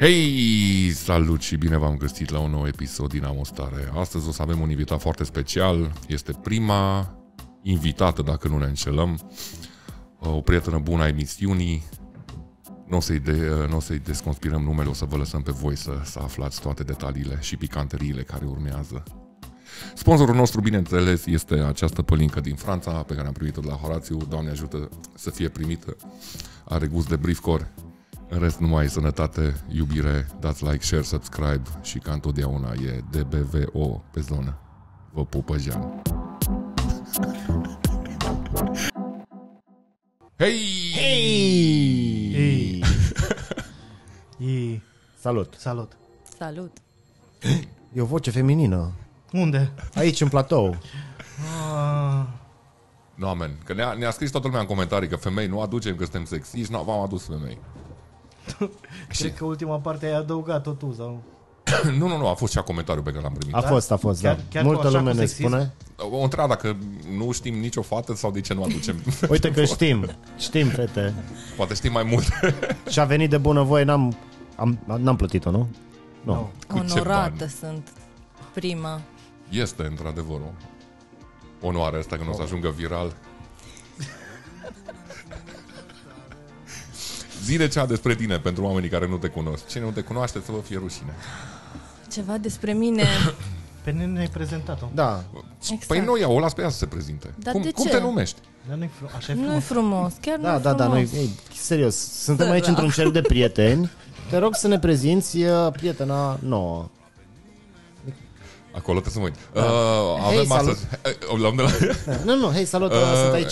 Hei, salut și bine v-am găsit la un nou episod din Amostare. Astăzi o să avem un invitat foarte special. Este prima invitată, dacă nu ne înșelăm, Uh, o prietenă bună a emisiunii. Nu o să-i, de, n-o să-i desconspirăm numele, o să vă lăsăm pe voi să, să aflați toate detaliile și picanteriile care urmează. Sponsorul nostru, bineînțeles, este această pălincă din Franța, pe care am primit-o de la Horațiu. Doamne ajută să fie primită. Are gust de brifcor. În rest, numai sănătate, iubire, dați like, share, subscribe și ca întotdeauna e DBVO pe zonă. Vă pupă Jean. Hei! Hei! Ei. Ei. Salut! Salut. Salut! E o voce feminină. Unde? Aici, în platou. Ah, No, amen. Că ne-a, ne-a scris toată lumea în comentarii că femei nu aducem, că suntem sexiști. No, v-am adus femei. cred că ultima parte ai adăugat-o tu sau... nu, nu, nu, a fost și a comentariu pe care l-am primit. A fost, a fost, Chiar- da. chiar cu Multă așa lume cu ne sexism? spune. O întreba dacă nu știm nicio fată sau de ce nu aducem. Uite că știm, știm, fete. Poate știm mai mult. Și a venit de bunăvoie, n-am, am, n-am plătit-o, nu? Nu. No. Cu ce Onorată bani? sunt prima. Este, într-adevăr, o onoare asta că nu o să ajungă viral. Zile cea despre tine pentru oamenii care nu te cunosc. Cine nu te cunoaște să vă fie rușine. Ceva despre mine. Pe nene ai prezentat-o. Da, Exact. Păi nu, ia, o las pe ea să se prezinte. Dar cum, de cum ce? te numești? Dar nu-i fru- așa e nu e frumos. frumos, chiar nu da, e da, da, noi, frumos. ei, serios, suntem Da, aici da. într-un cer de prieteni. Te rog să ne prezinți e, prietena nouă. Acolo te să mă uit. Uh, avem Hei, salut. Da. astăzi... Eh, O luăm de la... Nu, nu, hei, salut, Uh, sunt aici.